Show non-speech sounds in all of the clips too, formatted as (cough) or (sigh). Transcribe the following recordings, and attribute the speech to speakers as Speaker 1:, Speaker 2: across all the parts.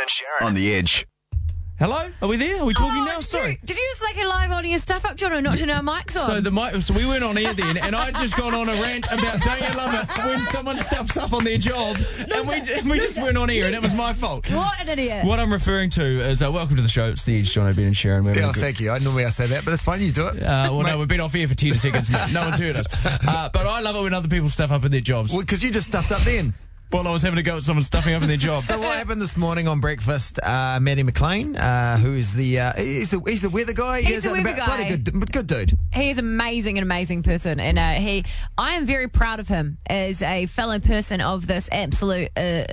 Speaker 1: and Sharon on the edge.
Speaker 2: Hello? Are we there? Are we talking now? Sorry.
Speaker 3: Oh, Did you just like a live audio stuff up, John, or not turn our mics on?
Speaker 2: So the mic, so we weren't on air then, and I'd just gone on a rant about don't you love it when someone stuffs up on their job, and we, ju- we just weren't on air, and it was my fault.
Speaker 3: what an idiot.
Speaker 2: What I'm referring to is uh, welcome to the show. It's the Edge, John O'Brien and Sharon. We're having
Speaker 1: Yeah,
Speaker 2: a good-
Speaker 1: thank you. I normally I say that, but that's fine. You do it.
Speaker 2: Uh, well, no, we've been off air for 10 seconds now. No one's heard us. Uh, but I love it when other people stuff up in their jobs.
Speaker 1: Because you just stuffed up then.
Speaker 2: While I was having a go at someone stuffing up in their job.
Speaker 1: So what happened this morning on breakfast? Uh, Matty McLean, uh, who is the uh, he's the he's the weather guy.
Speaker 3: He's
Speaker 1: He
Speaker 3: the
Speaker 1: out and
Speaker 3: weather
Speaker 1: about.
Speaker 3: guy.
Speaker 1: Bloody good, good dude.
Speaker 3: He is amazing, an amazing person, and uh, he. I am very proud of him as a fellow person of this absolute uh,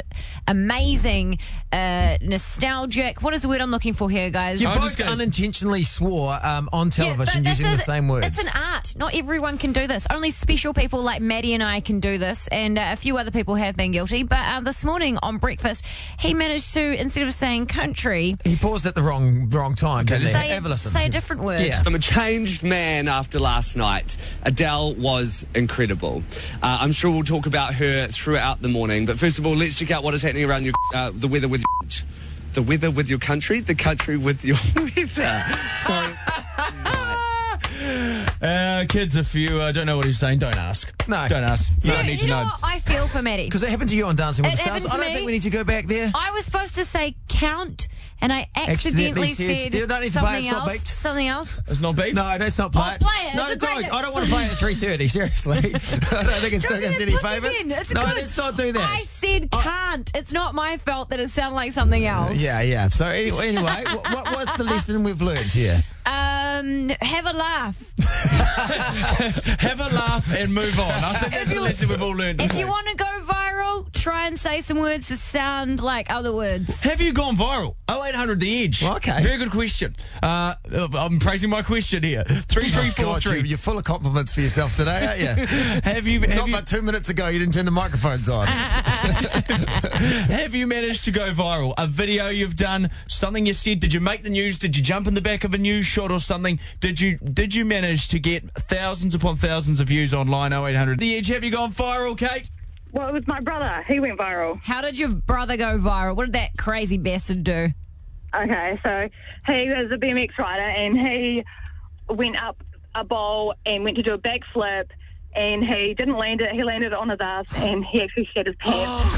Speaker 3: amazing, uh, nostalgic. What is the word I'm looking for here, guys?
Speaker 1: You
Speaker 2: I'm
Speaker 1: both
Speaker 2: just gonna-
Speaker 1: unintentionally swore um, on
Speaker 3: Yeah, but
Speaker 1: television
Speaker 3: this
Speaker 1: using the
Speaker 3: is-
Speaker 1: same words.
Speaker 3: It's an art. Not everyone can do this. Only special people like Maddie and I can do this, and uh, a few other people have been guilty. But uh, this morning on breakfast, he managed to instead of saying country,
Speaker 1: he paused at the wrong wrong time. didn't he?
Speaker 3: say,
Speaker 1: Have
Speaker 3: a,
Speaker 1: a listen.
Speaker 3: say a different word.
Speaker 1: Yeah.
Speaker 4: I'm a changed man after last night. Adele was incredible. Uh, I'm sure we'll talk about her throughout the morning. But first of all, let's check out what is happening around your uh, the weather with your, the weather with your country, the country with your (laughs) weather. Sorry.
Speaker 2: Uh, kids, if you uh, don't know what he's saying, don't ask.
Speaker 1: No.
Speaker 2: Don't ask.
Speaker 3: You,
Speaker 2: No, I
Speaker 3: you
Speaker 2: need to
Speaker 3: know,
Speaker 2: know.
Speaker 3: what? I feel for Maddie.
Speaker 1: Because it happened to you on Dancing with
Speaker 3: It
Speaker 1: the Stars. I
Speaker 3: happened to
Speaker 1: don't
Speaker 3: me. Oh,
Speaker 1: think we need to go back there.
Speaker 3: I was supposed to say count, and I accidentally,
Speaker 1: Accidentally said-
Speaker 3: said
Speaker 1: You don't need to play
Speaker 3: something
Speaker 1: it, it's not
Speaker 3: else.
Speaker 1: baked.
Speaker 3: Something else.
Speaker 2: It's not beef.
Speaker 1: No, let's not play
Speaker 3: Oh,
Speaker 1: it.
Speaker 3: play it.
Speaker 1: No,
Speaker 3: It's a
Speaker 1: don't.
Speaker 3: great-
Speaker 1: I don't want to play it at three thirty.
Speaker 3: (laughs)
Speaker 1: Seriously, I don't think it's
Speaker 3: Don't
Speaker 1: doing us
Speaker 3: be a
Speaker 1: any
Speaker 3: pussy
Speaker 1: favors.
Speaker 3: then. It's
Speaker 1: No,
Speaker 3: good-
Speaker 1: let's not do that. Oh.
Speaker 3: I said can't. It's not my fault that it sounded like something else.
Speaker 1: yeah, yeah. So anyway, anyway what, what, what's
Speaker 3: (laughs)
Speaker 1: the lesson we've learned here?
Speaker 3: Um, have a laugh.
Speaker 2: Have a laugh and move on. I think that's the lesson we've all learned.
Speaker 3: If
Speaker 2: today.
Speaker 3: you want to go viral, try and say some words to sound like other words.
Speaker 2: Have you gone viral? 0800 The Edge.
Speaker 1: Okay.
Speaker 2: Very good question. Uh, I'm praising my question here.
Speaker 1: Oh, God, you,
Speaker 2: 3343.
Speaker 1: you're full of compliments for yourself today,
Speaker 2: (laughs)
Speaker 1: aren't you?
Speaker 2: have you,
Speaker 1: Not
Speaker 2: have, you,
Speaker 1: but two minutes ago, you didn't turn the microphones on.
Speaker 2: have you managed to go viral? A video you've done, something you said, did you make the news? Did you jump in the back of a news shot or something? Did you did you manage to get thousands upon thousands of views online 0800 The Edge? Have you gone viral, Kate?
Speaker 5: Well, it was my brother. He went viral.
Speaker 3: How did your brother go viral? What did that crazy bastard do?
Speaker 5: Okay, so he was a BMX rider and he went up a bowl and went to do a backflip and he didn't land it. He landed on his ass and he actually shed his pants.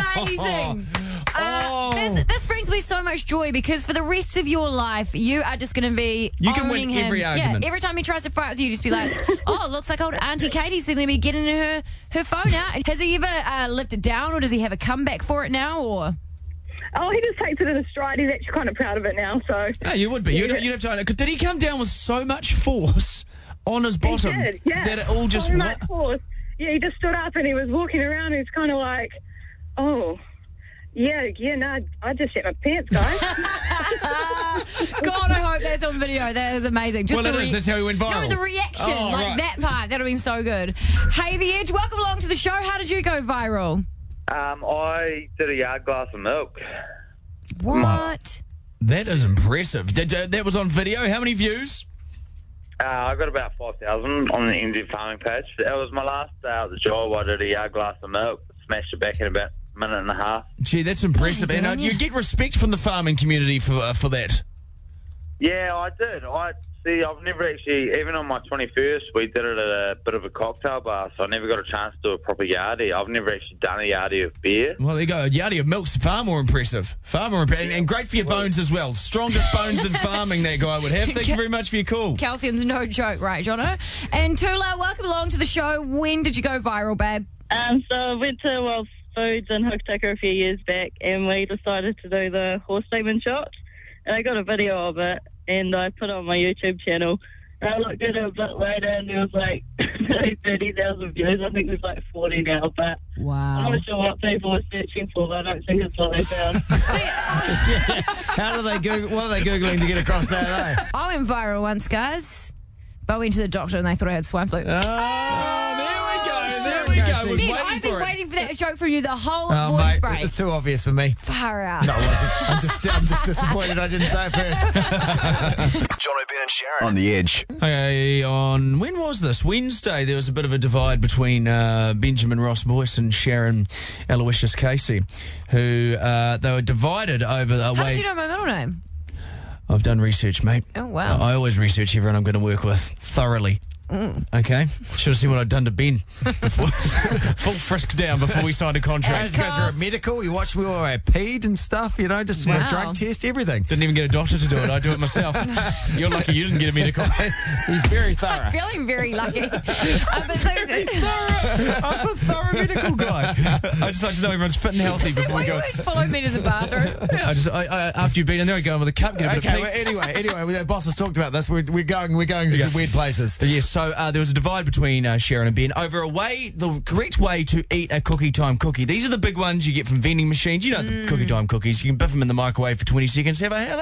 Speaker 2: (gasps) (laughs)
Speaker 3: Amazing. Uh,
Speaker 2: Oh.
Speaker 3: This, this brings me so much joy because for the rest of your life, you are just going to be
Speaker 2: You can win
Speaker 3: owning him.
Speaker 2: every argument.
Speaker 3: Yeah, every time he tries to fight with you, just be like, (laughs) "Oh, looks like old Auntie Katie's going to be getting her her phone out." And Has he ever uh, lipped it down, or does he have a comeback for it now? Or
Speaker 5: oh, he just takes it in a stride. He's actually kind of proud of it now. So
Speaker 2: No, you would be. You'd, you'd have to. 'cause Did he come down with so much force on his
Speaker 5: he
Speaker 2: bottom
Speaker 5: did. Yeah.
Speaker 2: that it all just
Speaker 5: so
Speaker 2: wa-
Speaker 5: much force. Yeah, he just stood up and he was walking around. He's kind of like, oh. Yeah, yeah, no, I just shit my pants, guys.
Speaker 3: God, I hope that's on video. That is amazing. Just
Speaker 2: Well,
Speaker 3: the
Speaker 2: it is. That's how he went viral.
Speaker 3: No, the reaction,
Speaker 2: Oh,
Speaker 3: like
Speaker 2: right.
Speaker 3: that part, that would have been so good. Hey, The Edge, welcome along to the show. How did you go viral?
Speaker 6: Um, I did a yard glass of milk.
Speaker 3: What?
Speaker 2: That is impressive. Did, uh, that was on video. How many views?
Speaker 6: Uh, I got about 5,000 on the NZ farming page. That was my last day out of the job. I did a yard glass of milk, smashed it back in about a minute and a half.
Speaker 2: Gee, that's impressive.
Speaker 3: Oh, Yeah,
Speaker 2: And
Speaker 3: good
Speaker 2: uh,
Speaker 3: on
Speaker 2: you
Speaker 3: ya.
Speaker 2: get respect from the farming community for uh, for that.
Speaker 6: Yeah, I did. I See, I've never actually, even on my 21st, we did it at a bit of a cocktail bar, so I never got a chance to do a proper yardie. I've never actually done a yardie of beer.
Speaker 2: Well, there you go. A yardie of milk's far more impressive. Far more impressive. And, and great for your bones as well. Strongest bones in farming, that guy would have. Thank you very much for your call.
Speaker 3: Calcium's no joke, right, Jono? And Tula, welcome along to the show. When did you go viral, babe?
Speaker 7: Um, so I went to World Foods in Hokitika a few years back, and we decided to do the horse semen shot. And I got a video of it, and I put it on my YouTube channel. And I looked at it a bit later, and there was like (coughs) thirty thousand views. I think there's like forty now, but I'm
Speaker 3: Wow.
Speaker 2: Oh,
Speaker 7: not sure what people were searching for. But I don't think it's what they found.
Speaker 1: How do they Google? What are they googling to get across that? Eh?
Speaker 3: I went viral once, guys. But I went to the doctor and they thought I had swine flu.
Speaker 2: (laughs) Oh, there we go. There
Speaker 1: Sharon
Speaker 2: we
Speaker 1: goes
Speaker 2: go. I was
Speaker 3: Ben,
Speaker 2: waiting
Speaker 3: I've
Speaker 2: for
Speaker 3: been
Speaker 2: it.
Speaker 3: waiting for that joke from you the whole
Speaker 1: Oh,
Speaker 3: voice
Speaker 1: mate,
Speaker 3: break.
Speaker 1: it's too obvious for me.
Speaker 3: Far out.
Speaker 1: No, it wasn't. I'm just, I'm just disappointed I didn't say
Speaker 2: (laughs)
Speaker 1: it first.
Speaker 8: John O'Brien and Sharon on the edge.
Speaker 2: Okay, on when was this? Wednesday, there was a bit of a divide between uh, Benjamin Ross Boyce and Sharon Aloysius Casey, who uh, they were divided over a
Speaker 3: How
Speaker 2: way.
Speaker 3: Oh, did you know my middle name?
Speaker 2: I've done research, mate.
Speaker 3: Oh, wow.
Speaker 2: I always research everyone I'm going to work with thoroughly.
Speaker 1: Mm.
Speaker 2: Okay, should have seen what I'd done to Ben before (laughs) full frisk down before we signed a
Speaker 1: Guys,
Speaker 2: contract.
Speaker 1: you guys are at medical. You watched me while I peed and stuff. You know, just you know,
Speaker 3: Wow.
Speaker 1: drug test everything.
Speaker 2: Didn't even get a doctor to do it. I do it myself. You're lucky you didn't get a medical.
Speaker 1: (laughs) He's very thorough.
Speaker 3: Feeling very lucky. Uh, but (laughs) so,
Speaker 2: I'm (laughs) a thorough medical guy. I just like to know everyone's fit and healthy
Speaker 3: so
Speaker 2: before
Speaker 3: why
Speaker 2: we
Speaker 3: you
Speaker 2: go.
Speaker 3: always follow me to
Speaker 2: (laughs)
Speaker 3: the bathroom?
Speaker 2: I just I, I, after you've been in there, I go in with a cup, get a bit
Speaker 1: Okay.
Speaker 2: of
Speaker 1: Well,
Speaker 2: pink.
Speaker 1: anyway, anyway, well, the boss has talked about this. We're, we're going, we're going to
Speaker 2: Yeah.
Speaker 1: weird places.
Speaker 2: Yes, so uh, there was a divide between uh, Sharon and Ben over a way, the correct way to eat a cookie time cookie. These are the big ones you get from vending machines. You know the cookie time cookies. You can biff them in the microwave for 20 seconds. Have a hell,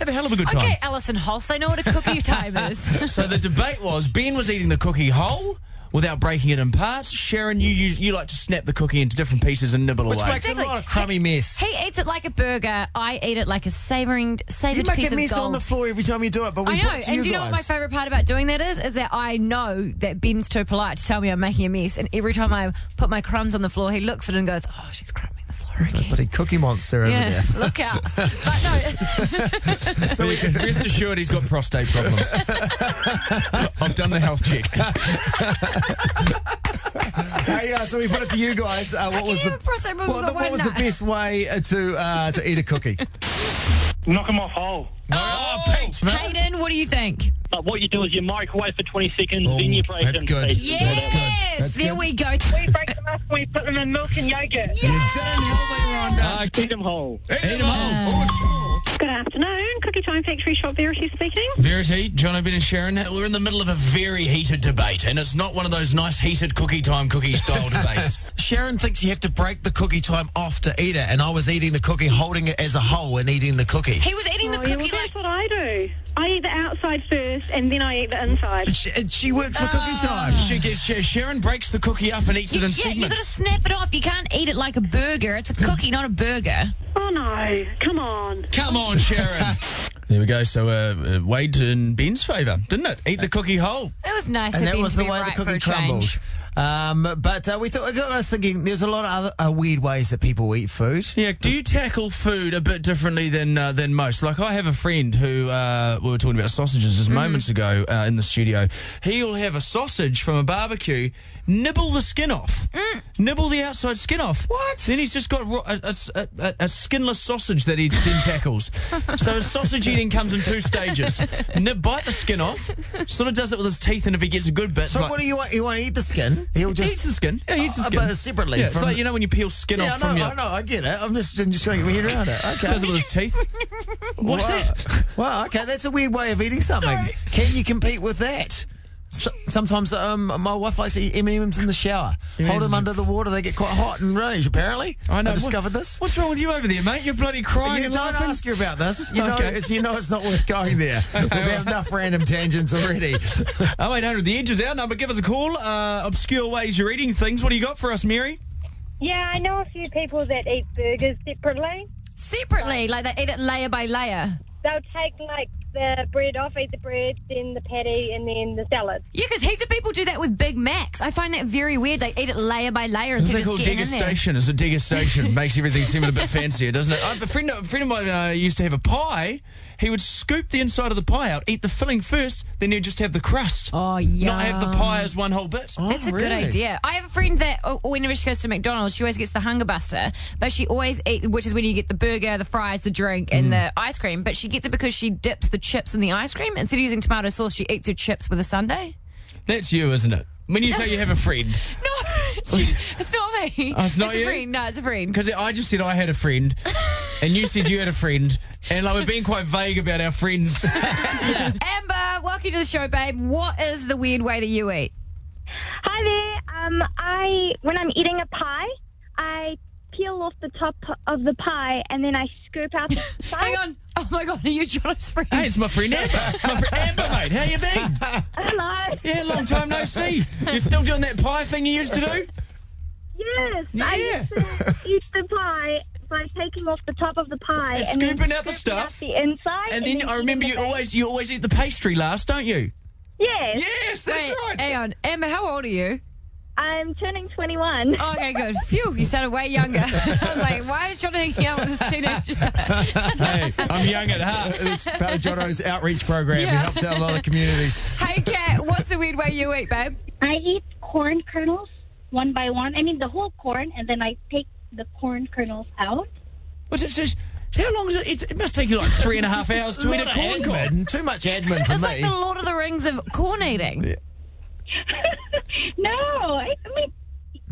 Speaker 2: have a hell of a good time.
Speaker 3: Okay, uh, Alison Hoss, they know what a cookie time is. (laughs)
Speaker 2: So the debate was Ben was eating the cookie whole without breaking it in parts. Sharon, you use, you like to snap the cookie into different pieces and nibble
Speaker 1: Which
Speaker 2: away.
Speaker 1: makes a lot of crummy mess.
Speaker 3: He eats it like a burger. I eat it like a savouring,
Speaker 1: You
Speaker 3: savoured
Speaker 1: make
Speaker 3: piece
Speaker 1: a
Speaker 3: of
Speaker 1: mess
Speaker 3: gold.
Speaker 1: on the floor every time you do it, but we
Speaker 3: I
Speaker 1: put
Speaker 3: know,
Speaker 1: it
Speaker 3: and
Speaker 1: to
Speaker 3: do
Speaker 1: you
Speaker 3: you know what my
Speaker 1: guys.
Speaker 3: favourite part about doing that is? Is that I know that Ben's too polite to tell me I'm making a mess, and every time I put my crumbs on the floor, he looks at it and goes, "Oh, she's crumbing the floor again."
Speaker 1: Bloody cookie monster over
Speaker 3: Yeah, look
Speaker 1: (laughs)
Speaker 3: out! But (laughs) no,
Speaker 1: there.
Speaker 2: (laughs)
Speaker 1: So we can,
Speaker 2: Rest assured, he's got prostate
Speaker 1: (laughs)
Speaker 2: problems. I've done the health check.
Speaker 1: hey, uh, so we put it to you guys. Uh, what was
Speaker 3: you
Speaker 1: the,
Speaker 3: press it with
Speaker 1: what,
Speaker 3: the
Speaker 1: the, what
Speaker 3: one
Speaker 1: was the
Speaker 3: nut?
Speaker 1: best way uh, to uh, to eat
Speaker 3: (laughs)
Speaker 1: a cookie?
Speaker 9: Knock them off whole.
Speaker 1: oh, Pete, man.
Speaker 3: Hayden, what do you think?
Speaker 10: But what you do is you microwave for 20 seconds,
Speaker 1: Oh,
Speaker 10: then you break
Speaker 1: that's
Speaker 10: them.
Speaker 1: good.
Speaker 3: Yes,
Speaker 1: That's
Speaker 3: there
Speaker 1: good.
Speaker 3: we go.
Speaker 5: We break them up and we put them in milk and yogurt.
Speaker 1: You done help me, Rhonda.
Speaker 2: Uh,
Speaker 10: Eat them whole.
Speaker 1: Eat 'em all.
Speaker 5: (laughs) Good afternoon, Cookie Time Factory Shop Verity speaking.
Speaker 2: Verity, John O'Brien and Sharon, we're in the middle of a very heated debate, and it's not one of those nice heated cookie time cookie style debates.
Speaker 1: Sharon thinks you have to break the cookie time off to eat it, and I was eating the cookie, holding it as a whole, and eating the cookie.
Speaker 3: He was eating the
Speaker 5: Oh, yeah, well,
Speaker 3: cookie like
Speaker 5: that's what I do. I eat the outside first and then I eat the inside.
Speaker 1: She, and she works for
Speaker 3: Ah.
Speaker 1: cookie time.
Speaker 2: She gets Sha- Sharon breaks the cookie up and eats
Speaker 3: you, (laughs)
Speaker 2: it in
Speaker 3: yeah, you gotta
Speaker 2: segments.
Speaker 3: snap it off. You can't eat it like a burger. It's a
Speaker 1: Mm.
Speaker 3: cookie, not a burger.
Speaker 5: Oh no, come on.
Speaker 2: Come on, Sharon. there we go. So uh, uh, Wade in Ben's favour, didn't it? Eat the cookie whole.
Speaker 3: It was nice
Speaker 1: and
Speaker 3: of
Speaker 1: that
Speaker 3: Ben
Speaker 1: was
Speaker 3: to
Speaker 1: the
Speaker 3: be
Speaker 1: way
Speaker 3: right
Speaker 1: the
Speaker 3: for
Speaker 1: cookie
Speaker 3: a change.
Speaker 1: crumbled. Um, but uh, we thought, I was thinking, there's a lot of other uh, weird ways that people eat food.
Speaker 2: Yeah, do you tackle food a bit differently than uh, than most? Like I have a friend who uh, we were talking about sausages
Speaker 1: Mm-hmm.
Speaker 2: just moments ago uh, in the studio. He'll have a sausage from a barbecue, nibble the skin off,
Speaker 1: Mm.
Speaker 2: nibble the outside skin off. What? Then he's just got ro- a, a s- a- a- a skinless sausage that he then
Speaker 1: (laughs)
Speaker 2: tackles. so his sausage eating comes in two stages: Nib- bite the skin off, sort of does it with his teeth, and if he gets a good bit,
Speaker 1: So what do you want? You want to eat the skin? He'll
Speaker 2: He eats
Speaker 1: just.
Speaker 2: the skin. Yeah, he eats the
Speaker 1: Oh,
Speaker 2: skin.
Speaker 1: but separately
Speaker 2: Yeah, it's
Speaker 1: from-
Speaker 2: like you know when you peel skin
Speaker 1: Yeah,
Speaker 2: off
Speaker 1: I
Speaker 2: from
Speaker 1: know,
Speaker 2: your.
Speaker 1: I know, I get it. I'm just, I'm just trying to get
Speaker 2: (laughs)
Speaker 1: my head around it. Okay.
Speaker 2: Does it
Speaker 1: (laughs)
Speaker 2: with his teeth. What's
Speaker 1: wow.
Speaker 2: that?
Speaker 1: Wow, okay, that's a weird way of eating something. Can you compete with that? So, sometimes um, my wife likes to eat M&M's in the shower. Hold them under the water; they get quite hot and range. Apparently, I discovered
Speaker 2: What-
Speaker 1: this.
Speaker 2: What's wrong with you over there, mate? You're bloody crying
Speaker 1: You
Speaker 2: and
Speaker 1: don't
Speaker 2: laughing.
Speaker 1: ask her about this. You know,
Speaker 2: Okay.
Speaker 1: it's, you know it's not worth
Speaker 2: (laughs)
Speaker 1: going there. We've had enough random tangents already.
Speaker 2: Oh, 0800, the edge is our number. Give us a call. Uh, obscure ways you're eating things. What do you got for us, Mary?
Speaker 11: Yeah, I know a few people that eat burgers separately.
Speaker 3: Separately, like they eat it layer by layer.
Speaker 11: They'll take like the bread off, eat the bread, then the patty, and then the salad.
Speaker 3: Yeah, because heaps of people do that with Big Macs. I find that very weird. They eat it layer by layer
Speaker 2: It's
Speaker 3: instead of
Speaker 2: called
Speaker 3: just getting in there.
Speaker 2: degustation. It's a (laughs) degustation. Makes everything seem a bit fancier, doesn't it? I, a, friend, a friend of mine uh, used to have a pie. He would scoop the inside of the pie out, eat the filling first, then he'd just have the crust.
Speaker 3: Oh, yeah.
Speaker 2: Not have the pie as one whole bit.
Speaker 3: That's a good
Speaker 1: really?
Speaker 3: idea. I have a friend that uh, whenever she goes to McDonald's, she always gets the Hunger Buster, but she always eat, which is when you get the burger, the fries, the drink,
Speaker 2: Mm.
Speaker 3: and the ice cream. But she gets it because she dips the chips in the ice cream instead of using tomato sauce. She eats her chips with a sundae. (laughs)
Speaker 2: That's you, isn't it? When you say you have a friend.
Speaker 3: No, it's, it's not me.
Speaker 2: Oh, it's not
Speaker 3: a
Speaker 2: you?
Speaker 3: friend. No, it's a friend.
Speaker 2: Because I just said I had a friend, and you said you had a friend, and like, we're being quite vague about our
Speaker 3: (laughs)
Speaker 2: friends.
Speaker 3: Amber, welcome to the show, babe. What is the weird way that you eat?
Speaker 11: Hi there. Um, I when I'm eating a pie, I peel off the top of the pie and then I scoop out
Speaker 5: (laughs)
Speaker 11: the side.
Speaker 3: Hang on. Oh my god, are you John's friend?
Speaker 2: Hey, it's my friend Amber. My friend Amber, mate. How you been?
Speaker 11: Hello.
Speaker 2: Yeah, long time no see. You're still doing that pie thing you used to do?
Speaker 11: Yes. I used to eat the pie by taking off the top of the pie
Speaker 2: And
Speaker 11: and then
Speaker 2: scooping out the
Speaker 11: scooping
Speaker 2: stuff.
Speaker 11: the inside.
Speaker 2: And then I remember you always you always eat the pastry last, don't you?
Speaker 11: Yes.
Speaker 2: Yes, that's
Speaker 3: Wait,
Speaker 2: right.
Speaker 3: Hang on. Emma, how old are you?
Speaker 11: I'm turning 21.
Speaker 3: Oh, okay, good. Phew, you sounded way younger. (laughs) I was like, why is John hanging out with this (laughs) teenager?
Speaker 2: hey, I'm young at heart.
Speaker 1: It's part of Jono's outreach program. He
Speaker 3: Yeah.
Speaker 1: helps out a lot of communities.
Speaker 3: hey, Kat, what's the weird way you eat, babe?
Speaker 12: I eat corn kernels one by one. I mean the whole corn, and then I take the corn kernels out.
Speaker 2: What's it says? How long is it? It's, it must take you like three and a half hours
Speaker 3: (laughs)
Speaker 2: to eat a
Speaker 1: Lot of
Speaker 2: corn cob.
Speaker 1: admin. Too much admin for
Speaker 3: It's
Speaker 1: me.
Speaker 3: like the Lord of the Rings of corn eating.
Speaker 12: No, I, I mean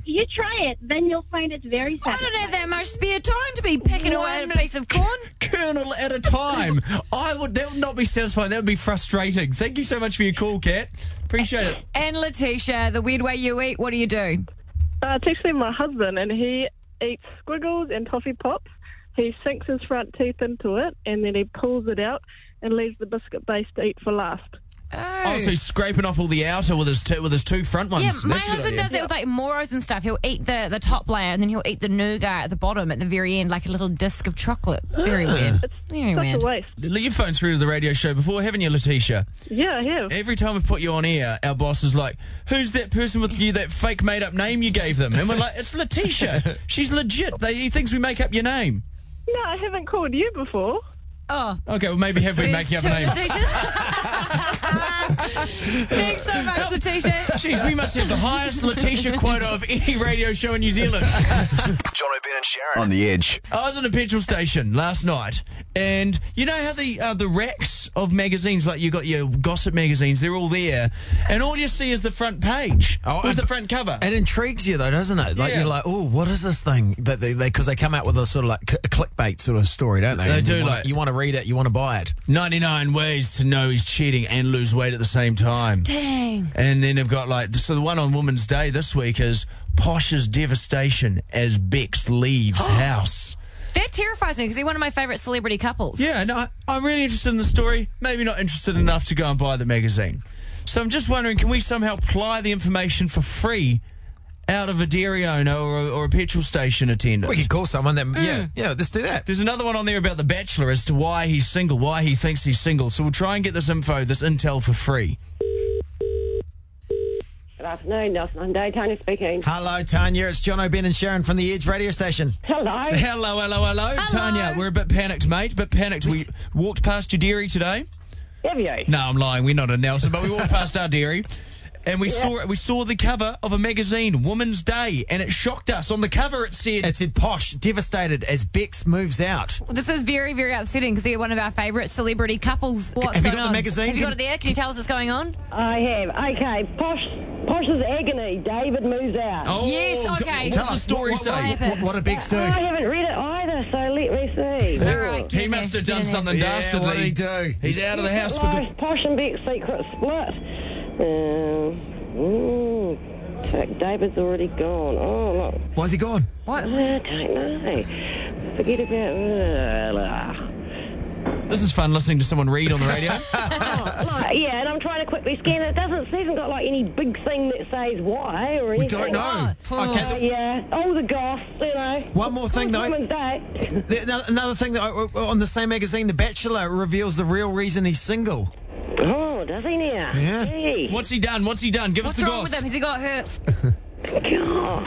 Speaker 12: you try it, then you'll find it's very
Speaker 3: I
Speaker 12: satisfying.
Speaker 3: don't have that much spare time to be picking away at a piece of corn.
Speaker 2: (laughs) Kernel at a time. I would. That would not be satisfying. That would be frustrating. Thank you so much for your call, Kat. Appreciate it.
Speaker 3: And Letitia, the weird way you eat, what do you do?
Speaker 5: Uh, it's actually my husband, and he eats squiggles and toffee pops. He sinks his front teeth into it, and then he pulls it out and leaves the biscuit base to eat for last.
Speaker 3: Oh,
Speaker 2: Oh, so he's scraping off all the outer with his two, with his two front ones.
Speaker 3: yeah,
Speaker 2: That's
Speaker 3: my
Speaker 2: a good
Speaker 3: husband
Speaker 2: idea.
Speaker 3: does it with like moros and stuff. He'll eat the, the top layer and then he'll eat the nougat at the bottom at the very end, like a little disc of chocolate. Very
Speaker 5: (gasps)
Speaker 3: weird. Very
Speaker 5: Such
Speaker 3: weird.
Speaker 5: a waste.
Speaker 2: Let your phone through to the radio show before, haven't you, Letitia?
Speaker 5: Yeah, I have.
Speaker 2: Every time we put you on air, our boss is like, "Who's that person with you? That fake made up name you gave them?" And we're like, "It's Letitia. She's legit. They, he thinks we make up your name."
Speaker 5: No, I haven't called you before.
Speaker 3: Oh,
Speaker 2: Okay, well maybe have been
Speaker 3: there's
Speaker 2: making up
Speaker 3: two
Speaker 2: names.
Speaker 1: (laughs)
Speaker 3: Letitias. Thanks so much, Letitia.
Speaker 2: Jeez, we must have the highest Letitia quota of any radio show in New Zealand.
Speaker 8: Jono, Ben, and Sharon on the edge.
Speaker 2: I was at a petrol station last night, and you know how the uh, the racks of magazines, like you got your gossip magazines, they're all there, and all you see is the front page,
Speaker 1: Oh,
Speaker 2: or is
Speaker 1: I-
Speaker 2: the front cover.
Speaker 1: It intrigues you though, doesn't it? Like
Speaker 2: Yeah.
Speaker 1: you're like, oh, what is this thing that they because they, come out with a sort of like c- clickbait sort of story, don't they?
Speaker 2: They
Speaker 1: And
Speaker 2: do,
Speaker 1: You wanna,
Speaker 2: like-
Speaker 1: you want to read it, you want to buy it.
Speaker 2: 99 ways to know he's cheating and lose weight at the same time.
Speaker 3: Dang.
Speaker 2: And then they've got like, so the one on Women's Day this week is Posh's devastation as Bex (gasps) leaves house.
Speaker 3: That terrifies me because they're one of my favourite celebrity couples.
Speaker 2: Yeah, no, I- I'm really interested in the story, maybe not interested enough to go and buy the magazine. So I'm just wondering can we somehow ply the information for free out of a dairy owner or a, or a petrol station attendant?
Speaker 1: We could call someone that,
Speaker 2: Mm.
Speaker 1: yeah, yeah, let's do that.
Speaker 2: There's another one on there about The Bachelor as to why he's single, why he thinks he's single. So we'll try and get this info, this intel for free.
Speaker 13: Good afternoon, Nelson. I'm Daytona speaking.
Speaker 1: Hello, Tanya. It's John O'Ben and Sharon from the Edge Radio Station.
Speaker 13: Hello.
Speaker 2: Hello, hello, hello, Tanya. We're a bit panicked, mate. Bit panicked. We walked past your dairy today.
Speaker 13: Have you?
Speaker 2: No, I'm lying. We're not in Nelson, but we walked past our dairy, and
Speaker 1: (laughs)
Speaker 2: we saw we saw the cover of a magazine, Woman's Day, and it shocked us. On the cover, it said,
Speaker 1: It said, "Posh devastated as Bex moves out."
Speaker 3: This is very, very upsetting because they're one of our favourite celebrity couples. What's
Speaker 1: Have you
Speaker 3: going
Speaker 1: got the
Speaker 3: on?
Speaker 1: magazine?
Speaker 3: Have you got it there? Can you tell us what's going on?
Speaker 13: I have. Okay. Posh, Posh's agony. David moves out.
Speaker 2: "Oh,
Speaker 3: Yes,
Speaker 2: d-
Speaker 3: okay.
Speaker 2: What's
Speaker 3: Tell
Speaker 2: the
Speaker 1: us,
Speaker 2: story
Speaker 1: what-
Speaker 2: say?
Speaker 3: what-
Speaker 1: What, what did Bex do?
Speaker 13: I haven't read it either, so let me see.
Speaker 3: All right,
Speaker 2: He must have done something
Speaker 1: Yeah,
Speaker 2: dastardly.
Speaker 1: what did he do?
Speaker 2: He's out of the house for
Speaker 13: Life,
Speaker 2: good.
Speaker 13: Posh and Beck's secret split. Um, mm, fuck, David's already gone. Oh, look.
Speaker 1: Why's he gone?
Speaker 3: What?
Speaker 13: I don't know. Forget about.
Speaker 2: This is fun listening to someone read on the
Speaker 1: (laughs)
Speaker 2: radio.
Speaker 13: Uh, yeah, and I'm trying to quickly scan it. It doesn't it hasn't got like any big thing that says why or
Speaker 1: We
Speaker 13: anything.
Speaker 1: don't know.
Speaker 3: Oh.
Speaker 1: Okay, the-
Speaker 13: Yeah, all the goss, you know.
Speaker 1: One more thing, though.
Speaker 13: Women's Day.
Speaker 1: the- ano- another thing that I, uh, on the same magazine, The Bachelor reveals the real reason he's single.
Speaker 13: Oh, does he now?
Speaker 1: Yeah.
Speaker 13: Gee.
Speaker 2: What's he done? What's he done? Give
Speaker 3: What's
Speaker 2: us the
Speaker 3: wrong
Speaker 2: goss.
Speaker 3: with him? Has he got
Speaker 1: (laughs)
Speaker 3: herpes?
Speaker 13: Oh.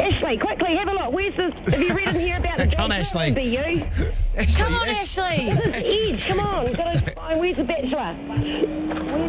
Speaker 13: Ashley, quickly have a look. Where's this? Have you read and hear
Speaker 3: (laughs)
Speaker 13: about the
Speaker 1: Come on, Ashley.
Speaker 13: Be you.
Speaker 3: Come on, Ashley.
Speaker 13: Edge, come on. Got to find where's the bachelor. Where's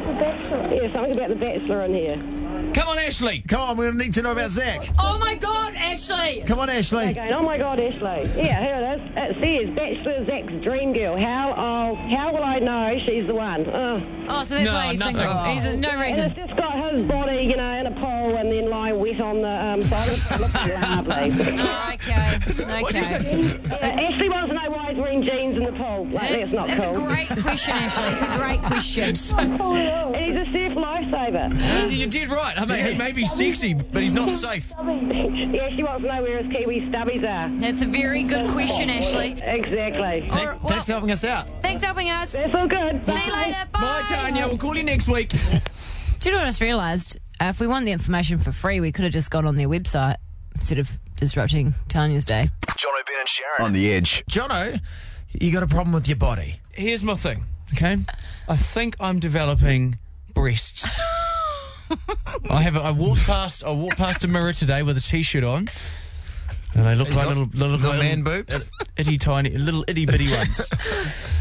Speaker 13: the bachelor? Yeah, something about the bachelor in here.
Speaker 2: Come on, Ashley.
Speaker 1: Come on, we need to know about Zach.
Speaker 3: Oh my God, Ashley.
Speaker 1: Come on, Ashley.
Speaker 13: Going, oh my God, Ashley. Yeah, here it is. It says Bachelor Zach's dream girl. How oh, how will I know she's the one? Oh.
Speaker 3: Oh, so that's
Speaker 2: No,
Speaker 3: why he's
Speaker 2: nothing.
Speaker 3: single. He's uh, no
Speaker 13: And it's
Speaker 3: reason.
Speaker 13: just got his body, you know, in a pole and then lying wet on the um, side of the pole.
Speaker 3: (laughs)
Speaker 13: Looking lovely.
Speaker 3: Oh, okay.
Speaker 1: (laughs)
Speaker 3: Okay.
Speaker 13: Yeah, Ashley wants to know why he's wearing jeans in the pool. Like,
Speaker 3: That's,
Speaker 13: that's, not
Speaker 3: that's
Speaker 13: cool.
Speaker 3: a great question, Ashley. It's a great question.
Speaker 13: and he's a surf lifesaver.
Speaker 2: You did right. I mean, he may be sexy, but he's not safe.
Speaker 13: yeah, she wants to know where his Kiwi stubbies are.
Speaker 3: That's a very good question, Ashley.
Speaker 13: Exactly.
Speaker 1: Thank-
Speaker 3: Or-
Speaker 1: thanks for helping us out.
Speaker 3: Thanks for helping us. See
Speaker 13: That's all good.
Speaker 3: you later. Bye.
Speaker 2: Bye, Tanya. We'll call you next week.
Speaker 3: Do you know what I just realised? Uh, if we wanted the information for free, we could have just gone on their website. sort of disrupting Tanya's day.
Speaker 8: John O'Brien and Sharon on the edge.
Speaker 1: Jono, you got a problem with your body.
Speaker 2: Here's my thing, okay? I think I'm developing (laughs) breasts. I have. A, I walked past. I walked past a mirror today with a t-shirt on, and they look like little, little,
Speaker 1: little
Speaker 2: little
Speaker 1: man boobs?
Speaker 2: itty tiny, little itty (laughs) bitty ones.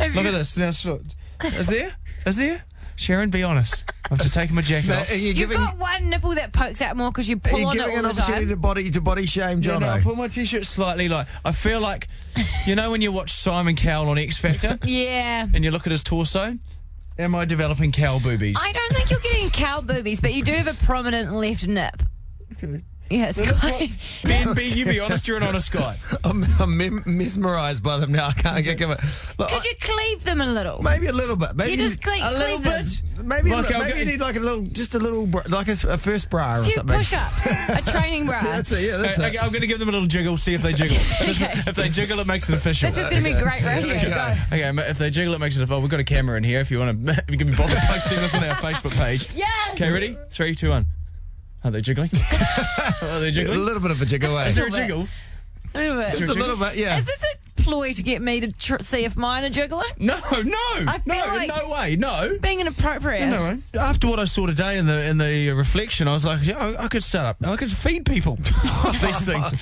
Speaker 2: look at this. Now, so, is there? Is there? Sharon, be honest. I've just taken my jacket off.
Speaker 3: You've got one nipple that pokes out more because you
Speaker 1: Are
Speaker 3: pull
Speaker 1: you
Speaker 3: on it
Speaker 1: giving
Speaker 3: all
Speaker 1: an
Speaker 3: the
Speaker 1: opportunity
Speaker 3: time.
Speaker 1: to body to body shame,
Speaker 2: No,
Speaker 1: Jono?
Speaker 2: no, I put my t-shirt slightly like I feel like, you know, when you watch Simon Cowell on X (laughs) Factor,
Speaker 3: yeah.
Speaker 2: and you look at his torso. Am I developing cow boobies?
Speaker 3: I don't think you're getting cow boobies, but you do have a prominent left nip. Yeah, it's
Speaker 2: Well,
Speaker 3: quite.
Speaker 2: Ben, be you be honest. You're an honest guy.
Speaker 1: I'm, I'm mem- mesmerised by them now. I can't get give it. Look,
Speaker 3: Could you cleave them a little?
Speaker 1: Maybe a little bit. Maybe
Speaker 3: You just cle-
Speaker 1: a little
Speaker 3: cleave them.
Speaker 1: bit. Maybe a
Speaker 2: Like,
Speaker 1: li-
Speaker 2: I'll
Speaker 1: maybe
Speaker 2: go-
Speaker 1: you need like a little, just a little, bra, like a, s- a first bra or
Speaker 3: few
Speaker 1: something.
Speaker 3: push-ups, a training bra.
Speaker 1: (laughs) That's it. Yeah, that's
Speaker 2: Okay,
Speaker 1: it.
Speaker 2: okay, I'm going to give them a little jiggle, see if they
Speaker 3: (laughs)
Speaker 2: jiggle. If they jiggle, it makes it official.
Speaker 3: This is going to be great radio.
Speaker 2: Okay, okay, if they jiggle, it makes it official. We've got a camera in here if you want to. (laughs) If you can be bothered posting this on our Facebook page.
Speaker 3: Yes.
Speaker 2: Okay, ready? Three, two, one. Are they jiggling? (laughs) Are they
Speaker 1: A
Speaker 2: jiggling?
Speaker 1: little bit of a jiggle. eh?
Speaker 2: Is there a
Speaker 3: bit.
Speaker 2: jiggle?
Speaker 3: A little bit.
Speaker 1: Just a little bit. Yeah.
Speaker 3: Is this a ploy to get me to tr- see if mine are jiggling?
Speaker 2: No, no,
Speaker 3: I feel
Speaker 2: no,
Speaker 3: like-
Speaker 2: no way, no.
Speaker 3: Being inappropriate.
Speaker 2: No, right. After what I saw today in the in the uh, reflection, I was like, yeah, I, I could start up. I could feed people (laughs) off these
Speaker 3: (laughs)
Speaker 2: things.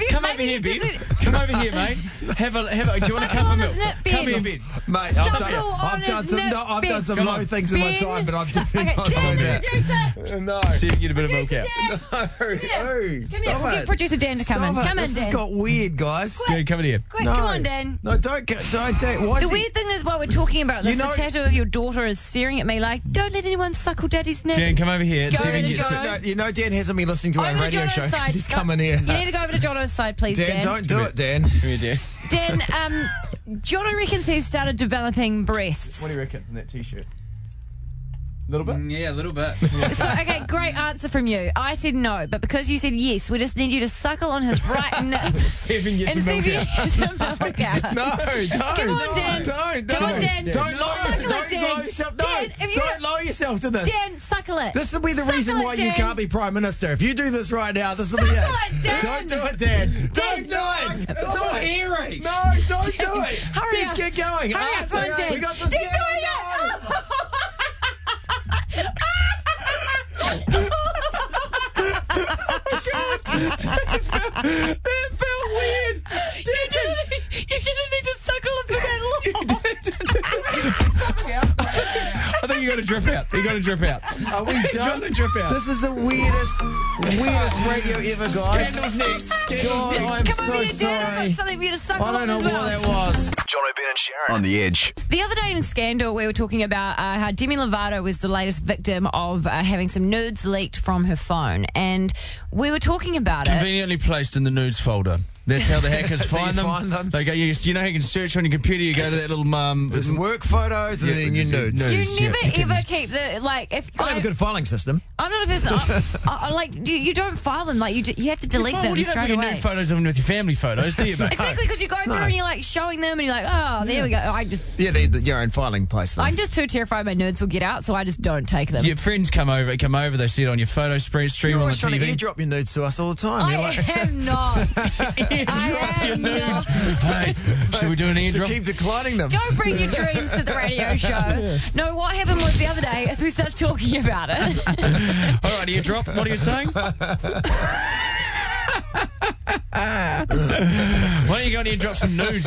Speaker 3: you-
Speaker 2: come over
Speaker 3: maybe
Speaker 2: here,
Speaker 3: you
Speaker 2: Ben.
Speaker 3: just-
Speaker 2: Come over here, mate. Have a have. A, do you want a cup of
Speaker 3: on
Speaker 2: milk?
Speaker 3: his nip,
Speaker 2: Come
Speaker 3: Ben.
Speaker 2: here, Ben.
Speaker 1: Mate, I've done,
Speaker 3: Suckle on
Speaker 1: I've done
Speaker 3: his
Speaker 1: some,
Speaker 3: nip,
Speaker 1: no, I've
Speaker 3: Ben.
Speaker 1: done some
Speaker 2: Come
Speaker 1: low
Speaker 2: on.
Speaker 1: things in my
Speaker 3: Ben.
Speaker 1: time, but I've definitely
Speaker 3: Okay,
Speaker 1: not
Speaker 3: Dan,
Speaker 1: done
Speaker 3: the (laughs)
Speaker 1: that.
Speaker 3: producer.
Speaker 1: No.
Speaker 2: See if you get a bit of milk
Speaker 3: Producer
Speaker 2: out.
Speaker 3: Dan.
Speaker 1: (laughs) No. Hey,
Speaker 3: Come here,
Speaker 1: stop
Speaker 3: we'll get
Speaker 1: it.
Speaker 3: producer Dan to come
Speaker 1: Stop
Speaker 3: in.
Speaker 1: it.
Speaker 3: Come in,
Speaker 1: This has
Speaker 3: Dan.
Speaker 1: got weird, guys.
Speaker 2: Dan, come in here.
Speaker 3: Quick, come on, Dan.
Speaker 1: No, don't, go- don't, don't. Why
Speaker 3: The
Speaker 1: is he-
Speaker 3: weird thing is, while we're talking about this,
Speaker 1: You know-
Speaker 3: the tattoo of your daughter is staring at me like, "Don't let anyone suckle daddy's nip."
Speaker 2: Dan, come over here. and
Speaker 3: Go
Speaker 2: see if
Speaker 3: in
Speaker 2: you
Speaker 3: and
Speaker 2: can
Speaker 1: You
Speaker 2: get
Speaker 3: Jono.
Speaker 1: see- no, you know Dan hasn't been listening to our
Speaker 3: Over to
Speaker 1: radio
Speaker 3: Jono's
Speaker 1: show
Speaker 3: side.
Speaker 1: 'cause he's
Speaker 3: Go-
Speaker 1: coming here.
Speaker 3: You need to go over to Jono's side, please, Dan.
Speaker 1: Dan, don't do
Speaker 3: (laughs)
Speaker 1: it, Dan.
Speaker 2: Come here, Dan.
Speaker 3: Dan, um, Jono reckons he's started developing breasts.
Speaker 2: What do you reckon in that t-shirt? A little bit.
Speaker 3: Mm,
Speaker 14: Yeah, a little bit.
Speaker 3: So, okay, great answer from you. I said no, but because you said yes, we just need you to suckle on his
Speaker 1: (laughs)
Speaker 3: right nip
Speaker 2: See if you can get
Speaker 3: and
Speaker 2: some
Speaker 3: see
Speaker 2: milk
Speaker 3: if you (laughs)
Speaker 2: out.
Speaker 3: get some milk out.
Speaker 1: No, don't.
Speaker 3: Come on, Dan.
Speaker 1: Don't,
Speaker 3: Come on, Dan.
Speaker 1: Don't lower
Speaker 3: Suckle
Speaker 1: yourself.
Speaker 3: it,
Speaker 1: Don't
Speaker 3: Dan.
Speaker 1: lower yourself. No,
Speaker 3: Dan, if you
Speaker 1: don't
Speaker 3: don't-
Speaker 1: lower yourself to this.
Speaker 3: Dan, suckle it.
Speaker 1: This will be the
Speaker 3: Suckle
Speaker 1: reason
Speaker 3: it,
Speaker 1: why you
Speaker 3: Dan.
Speaker 1: can't be prime minister. If you do this right now, this will be
Speaker 3: Suckle
Speaker 1: it.
Speaker 3: it, Dan.
Speaker 1: Don't do it, Dan. Don't do it.
Speaker 14: It's
Speaker 1: Stop
Speaker 14: all
Speaker 1: it.
Speaker 14: hairy.
Speaker 1: No, don't do it.
Speaker 3: Hurry
Speaker 1: Let's
Speaker 3: up.
Speaker 1: get going.
Speaker 3: Hurry up,
Speaker 1: After-
Speaker 3: come on, Dan.
Speaker 1: We got some
Speaker 3: Keep
Speaker 1: scaring
Speaker 3: doing
Speaker 1: to go.
Speaker 2: That felt weird.
Speaker 3: (laughs) You didn't, you didn't need to suckle it for
Speaker 1: (laughs)
Speaker 3: that long.
Speaker 2: I think you got to drip out. You got to drip
Speaker 3: (laughs)
Speaker 2: out.
Speaker 1: Are we
Speaker 2: Got to
Speaker 1: done?
Speaker 2: drip out.
Speaker 1: This is the weirdest, weirdest radio ever, guys.
Speaker 2: Scandal's next. Scandal's
Speaker 1: God,
Speaker 2: next.
Speaker 1: I'm
Speaker 3: Come over
Speaker 1: so
Speaker 3: here, Dan. I've
Speaker 1: sorry.
Speaker 3: got something for you to suckle
Speaker 1: I don't
Speaker 3: on
Speaker 1: know
Speaker 3: as
Speaker 1: what
Speaker 3: well.
Speaker 1: that was.
Speaker 8: John O'Brien and Sharon on the edge.
Speaker 3: The other day in Scandal, we were talking about uh, how Demi Lovato was the latest victim of uh, having some nudes leaked from her phone, and we were talking about it.
Speaker 2: Conveniently placed in the nudes folder. That's how the hackers (laughs)
Speaker 1: So you
Speaker 2: find, them.
Speaker 1: find them?
Speaker 2: They go, you, you know how you can search on your computer, you go to that little um,
Speaker 1: There's work photos and
Speaker 2: Yeah,
Speaker 1: then your
Speaker 2: you-
Speaker 1: nudes.
Speaker 2: no.
Speaker 3: Do
Speaker 2: nudes,
Speaker 3: you
Speaker 2: yeah.
Speaker 3: never
Speaker 2: You can-
Speaker 3: ever keep the like? If
Speaker 1: Gotta have
Speaker 3: I,
Speaker 1: a good filing system.
Speaker 3: I'm not a person. I,
Speaker 1: (laughs)
Speaker 3: I, I like you, you don't file them. Like you, d- you have to delete
Speaker 2: Well,
Speaker 3: them
Speaker 2: you don't put
Speaker 3: straight
Speaker 2: your
Speaker 3: away.
Speaker 2: nude photos of them with your family photos, do you, (laughs) mate?
Speaker 3: Exactly, because you're going through
Speaker 1: No.
Speaker 3: and you're like showing them, and you're like, oh, there we go. I just,
Speaker 1: Yeah, they, the, your own filing place. For
Speaker 3: I'm just too terrified my nudes will get out, so I just don't take them.
Speaker 2: Your friends come over, come over. They see it on your photo spread stream
Speaker 1: You're
Speaker 2: on the
Speaker 1: always trying
Speaker 2: TV.
Speaker 1: to airdrop your nudes to us all the time.
Speaker 3: I
Speaker 1: You're like, (laughs)
Speaker 3: am not.
Speaker 2: Airdrop your
Speaker 3: am
Speaker 2: nudes.
Speaker 3: not.
Speaker 2: (laughs) Hey, should we do an
Speaker 1: (laughs) to
Speaker 2: airdrop?
Speaker 1: keep declining them.
Speaker 3: Don't bring your dreams to the radio
Speaker 1: (laughs)
Speaker 3: show. No, what happened was the other day as we started talking about
Speaker 2: (laughs)
Speaker 3: it.
Speaker 2: All right, airdrop. What are you
Speaker 1: (laughs)
Speaker 2: saying? Why don't you go and airdrop some
Speaker 1: (laughs)
Speaker 2: nudes?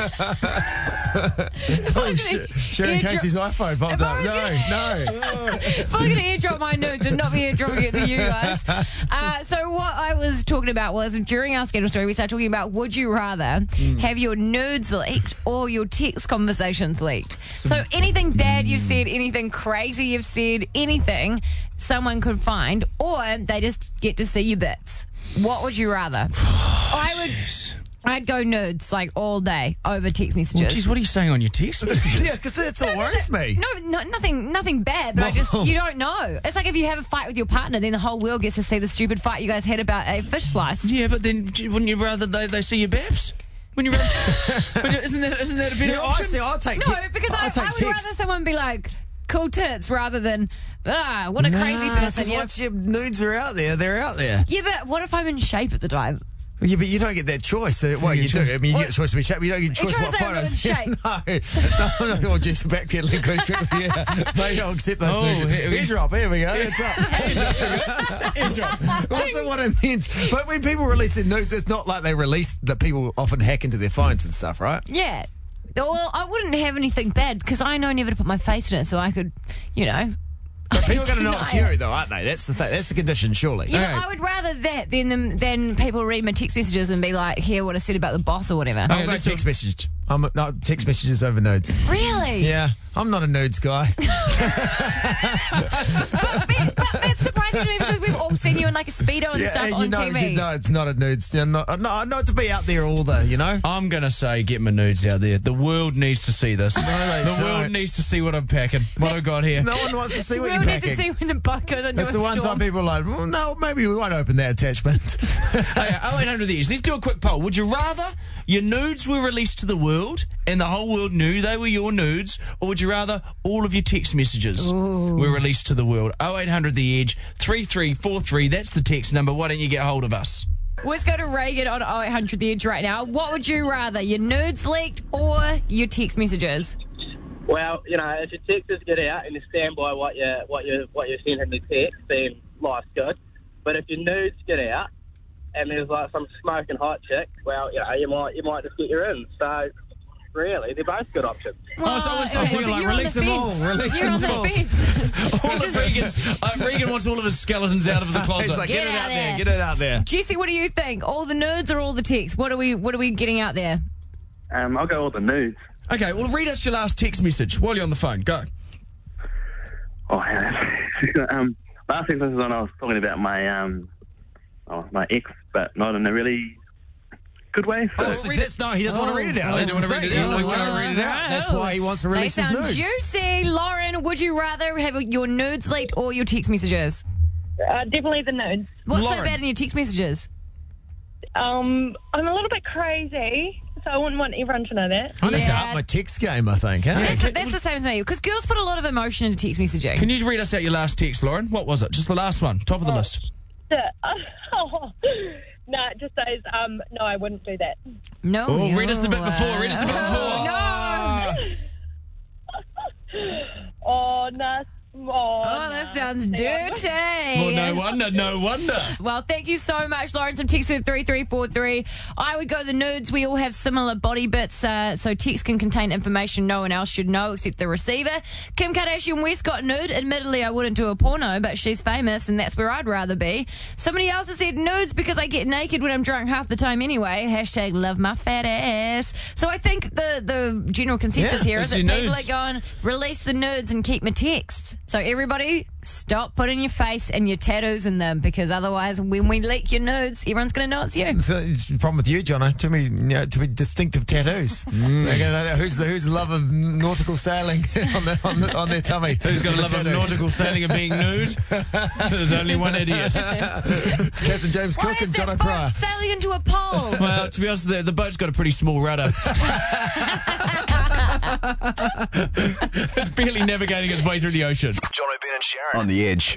Speaker 1: Oh, shit. Sharon
Speaker 3: Airdrop-
Speaker 1: Casey's iPhone
Speaker 3: If
Speaker 1: popped
Speaker 3: I
Speaker 1: up.
Speaker 3: was
Speaker 1: No, no.
Speaker 3: (laughs) if I'm going to airdrop my nudes and not be airdropping it to you guys. Uh, so what I was talking about was during our schedule story, we started talking about would you rather
Speaker 2: Hmm.
Speaker 3: have your nudes leaked or your text conversations leaked? so anything bad you've said, anything crazy you've said, anything someone could find, or they just get to see your bits. What would
Speaker 2: (sighs)
Speaker 3: you rather? I would. I'd go nudes like all day over text messages.
Speaker 2: Well, geez, what are you saying on your text (laughs) messages?
Speaker 1: yeah, because that's what worries
Speaker 3: Is it-
Speaker 1: me.
Speaker 3: No, no, nothing, nothing bad. But I just you don't know. It's like if you have a fight with your partner, then the whole world gets to see the stupid fight you guys had about a fish slice.
Speaker 2: Yeah, but then gee, wouldn't you rather they, they see your babs? Wouldn't you
Speaker 1: (laughs)
Speaker 2: rather? Wouldn't you- isn't, that, isn't that a better
Speaker 1: Yeah, I
Speaker 2: option?
Speaker 1: see. I'll take
Speaker 3: No,
Speaker 1: te-
Speaker 3: because I,
Speaker 1: I'll
Speaker 3: I,
Speaker 1: take
Speaker 3: would
Speaker 1: text.
Speaker 3: rather someone be like cool tits rather than ah, what a crazy
Speaker 1: Nah, 'cause
Speaker 3: person. Yeah.
Speaker 1: once your nudes are out there, they're out there.
Speaker 3: yeah, but what if I'm in shape at the time?
Speaker 1: Yeah, but you don't get that choice. Uh, well, you, do. I mean, you get the choice to be shaped, but you don't get the
Speaker 3: You're
Speaker 1: choice what
Speaker 3: trying to
Speaker 1: photos.
Speaker 3: say I'm
Speaker 1: (laughs) no, no, no, or just backpedaling quite quickly. Yeah, maybe I'll accept those.
Speaker 2: Oh,
Speaker 1: things.
Speaker 2: here we-
Speaker 1: Airdrop, here we go. It's up. Airdrop. That's not what it means. But when people release their notes, it's not like they release that people often hack into their phones and stuff, right?
Speaker 3: Yeah. Well, I wouldn't have anything bad because I know never to put my face in it, so I could, you know.
Speaker 1: But people are going to know it's you, though, aren't they? That's the th- that's the condition, surely.
Speaker 3: You know, I would rather that than them, than people read my text messages and be like, "Hear what I said about the boss" or whatever.
Speaker 1: I'm going text message. I'm no, text messages over nudes.
Speaker 3: Really?
Speaker 1: Yeah, I'm not a nudes guy.
Speaker 3: That's surprising to me because we've all seen you in like a speedo and stuff
Speaker 1: and you
Speaker 3: on
Speaker 1: know,
Speaker 3: TV.
Speaker 1: You know, it's not a nudes. I'm not, I'm not, not to be out there all the, you know?
Speaker 2: I'm going to say get my nudes out there. The world needs to see
Speaker 1: (laughs)
Speaker 2: this.
Speaker 1: they
Speaker 2: the world
Speaker 1: don't.
Speaker 2: needs to see what I'm packing. What I got here.
Speaker 1: (laughs) No one wants to see what
Speaker 3: we
Speaker 1: you're
Speaker 3: all need to see
Speaker 1: packing.
Speaker 3: when the buck goes under
Speaker 1: That's
Speaker 3: a
Speaker 1: the one
Speaker 3: storm.
Speaker 1: time people are like, well, no, maybe we won't open that attachment. (laughs)
Speaker 2: hey, 0800 the Edge. Let's do a quick poll. Would you rather your nudes were released to the world and the whole world knew they were your nudes, or would you rather all of your text messages were released to the world? 0800 the Edge 3343. That's the text number. Why don't you get hold of us?
Speaker 1: (laughs)
Speaker 3: Let's go to Reagan on 0800 The Edge right now. What would you rather, your nudes leaked or your text messages?
Speaker 14: Well, you know, if your texts get out and you stand by what you what you what you sent in the text, then life's good. But if your nudes get out and there's like some smoking hot chick, well, you know, you might you might just get your in. So really, they're both good options.
Speaker 2: Oh, so we're- so
Speaker 3: okay,
Speaker 2: we're
Speaker 3: so
Speaker 2: like,
Speaker 3: you're on
Speaker 2: release
Speaker 3: the
Speaker 2: them all,
Speaker 3: fence.
Speaker 2: release
Speaker 3: You're
Speaker 2: them
Speaker 3: on the
Speaker 2: all.
Speaker 3: fence.
Speaker 2: All of Regan's. Uh, Regan wants all of his skeletons out of the closet.
Speaker 1: (laughs) He's like, get, it out there. get it out there.
Speaker 3: Jesse, what do you think? All the nudes or all the texts? What are we What are we getting out there?
Speaker 9: Um, I'll go all the nudes.
Speaker 2: Okay, well, read us your last text message while you're on the phone. Go.
Speaker 9: Oh, (laughs) um, last week this is when I was talking about my um, oh, my ex, but not in a really good way. So.
Speaker 1: Oh, so that's, no, he doesn't want to read it out.
Speaker 2: Oh, he
Speaker 1: That's
Speaker 2: don't
Speaker 1: the
Speaker 2: wanna read
Speaker 1: thing.
Speaker 2: it out.
Speaker 1: He doesn't wanna
Speaker 2: Oh,
Speaker 1: read it out. That's why he wants to
Speaker 3: They
Speaker 1: release his
Speaker 3: sound
Speaker 1: nudes.
Speaker 3: juicy. Lauren, would you rather have your nudes leaked or your text messages?
Speaker 5: Uh, definitely the nudes.
Speaker 3: What's
Speaker 5: Lauren.
Speaker 3: so bad in your text messages?
Speaker 5: Um, I'm a little bit crazy, so I wouldn't want everyone to know that. (laughs)
Speaker 1: I need to
Speaker 3: Yeah.
Speaker 1: Oh, up my text game, I think. Huh? (laughs)
Speaker 3: That's, the- that's the same as me because girls put a lot of emotion into text messaging.
Speaker 2: Can you read us out your last text, Lauren? What was it? Just the last one, top
Speaker 1: Oh.
Speaker 2: of the list.
Speaker 5: no, Oh, it just says, um, no, I wouldn't do that.
Speaker 3: No.
Speaker 2: Oh, read us the bit
Speaker 3: you-
Speaker 2: before. Read us the bit before.
Speaker 5: Oh, no. Oh,
Speaker 3: (laughs) Oh, that sounds dirty.
Speaker 2: Well, no
Speaker 1: Oh,
Speaker 2: wonder, no wonder.
Speaker 3: Well, thank you so much, Lauren. Some text to 3343. I would go the nudes. We all have similar body bits, uh, so text can contain information no one else should know except the receiver. Kim Kardashian West got nude. Admittedly, I wouldn't do a porno, but she's famous, and that's where I'd rather be. Somebody else has said nudes because I get naked when I'm drunk half the time anyway. Hashtag love my fat ass. So I think the, the general consensus
Speaker 2: Yeah,
Speaker 3: here is
Speaker 2: it's
Speaker 3: that
Speaker 2: your
Speaker 3: people
Speaker 2: nudes.
Speaker 3: are going, release the nudes and keep my texts. So everybody, stop putting your face and your tattoos in them because otherwise, when we leak your nudes, everyone's going to know it's you.
Speaker 1: So it's the problem with you, Jono. Too many, you know, too many
Speaker 2: (laughs)
Speaker 1: distinctive tattoos. They're gonna know that who's the who's the love of nautical sailing (laughs) on their on, the, on their tummy.
Speaker 2: Who's going to
Speaker 1: The
Speaker 2: love a
Speaker 1: tattoo.
Speaker 2: nautical sailing and being nude? There's only one idiot.
Speaker 1: It's Captain James
Speaker 3: Why
Speaker 1: Cook
Speaker 3: is
Speaker 1: and
Speaker 3: that
Speaker 1: Jono
Speaker 3: boat
Speaker 1: Pryor.
Speaker 3: sailing into a pole? (laughs)
Speaker 2: Well, to be honest, the, the boat's got a pretty small rudder. (laughs) it's barely navigating its way through the ocean.
Speaker 8: John O'Brien and Sharon on the Edge.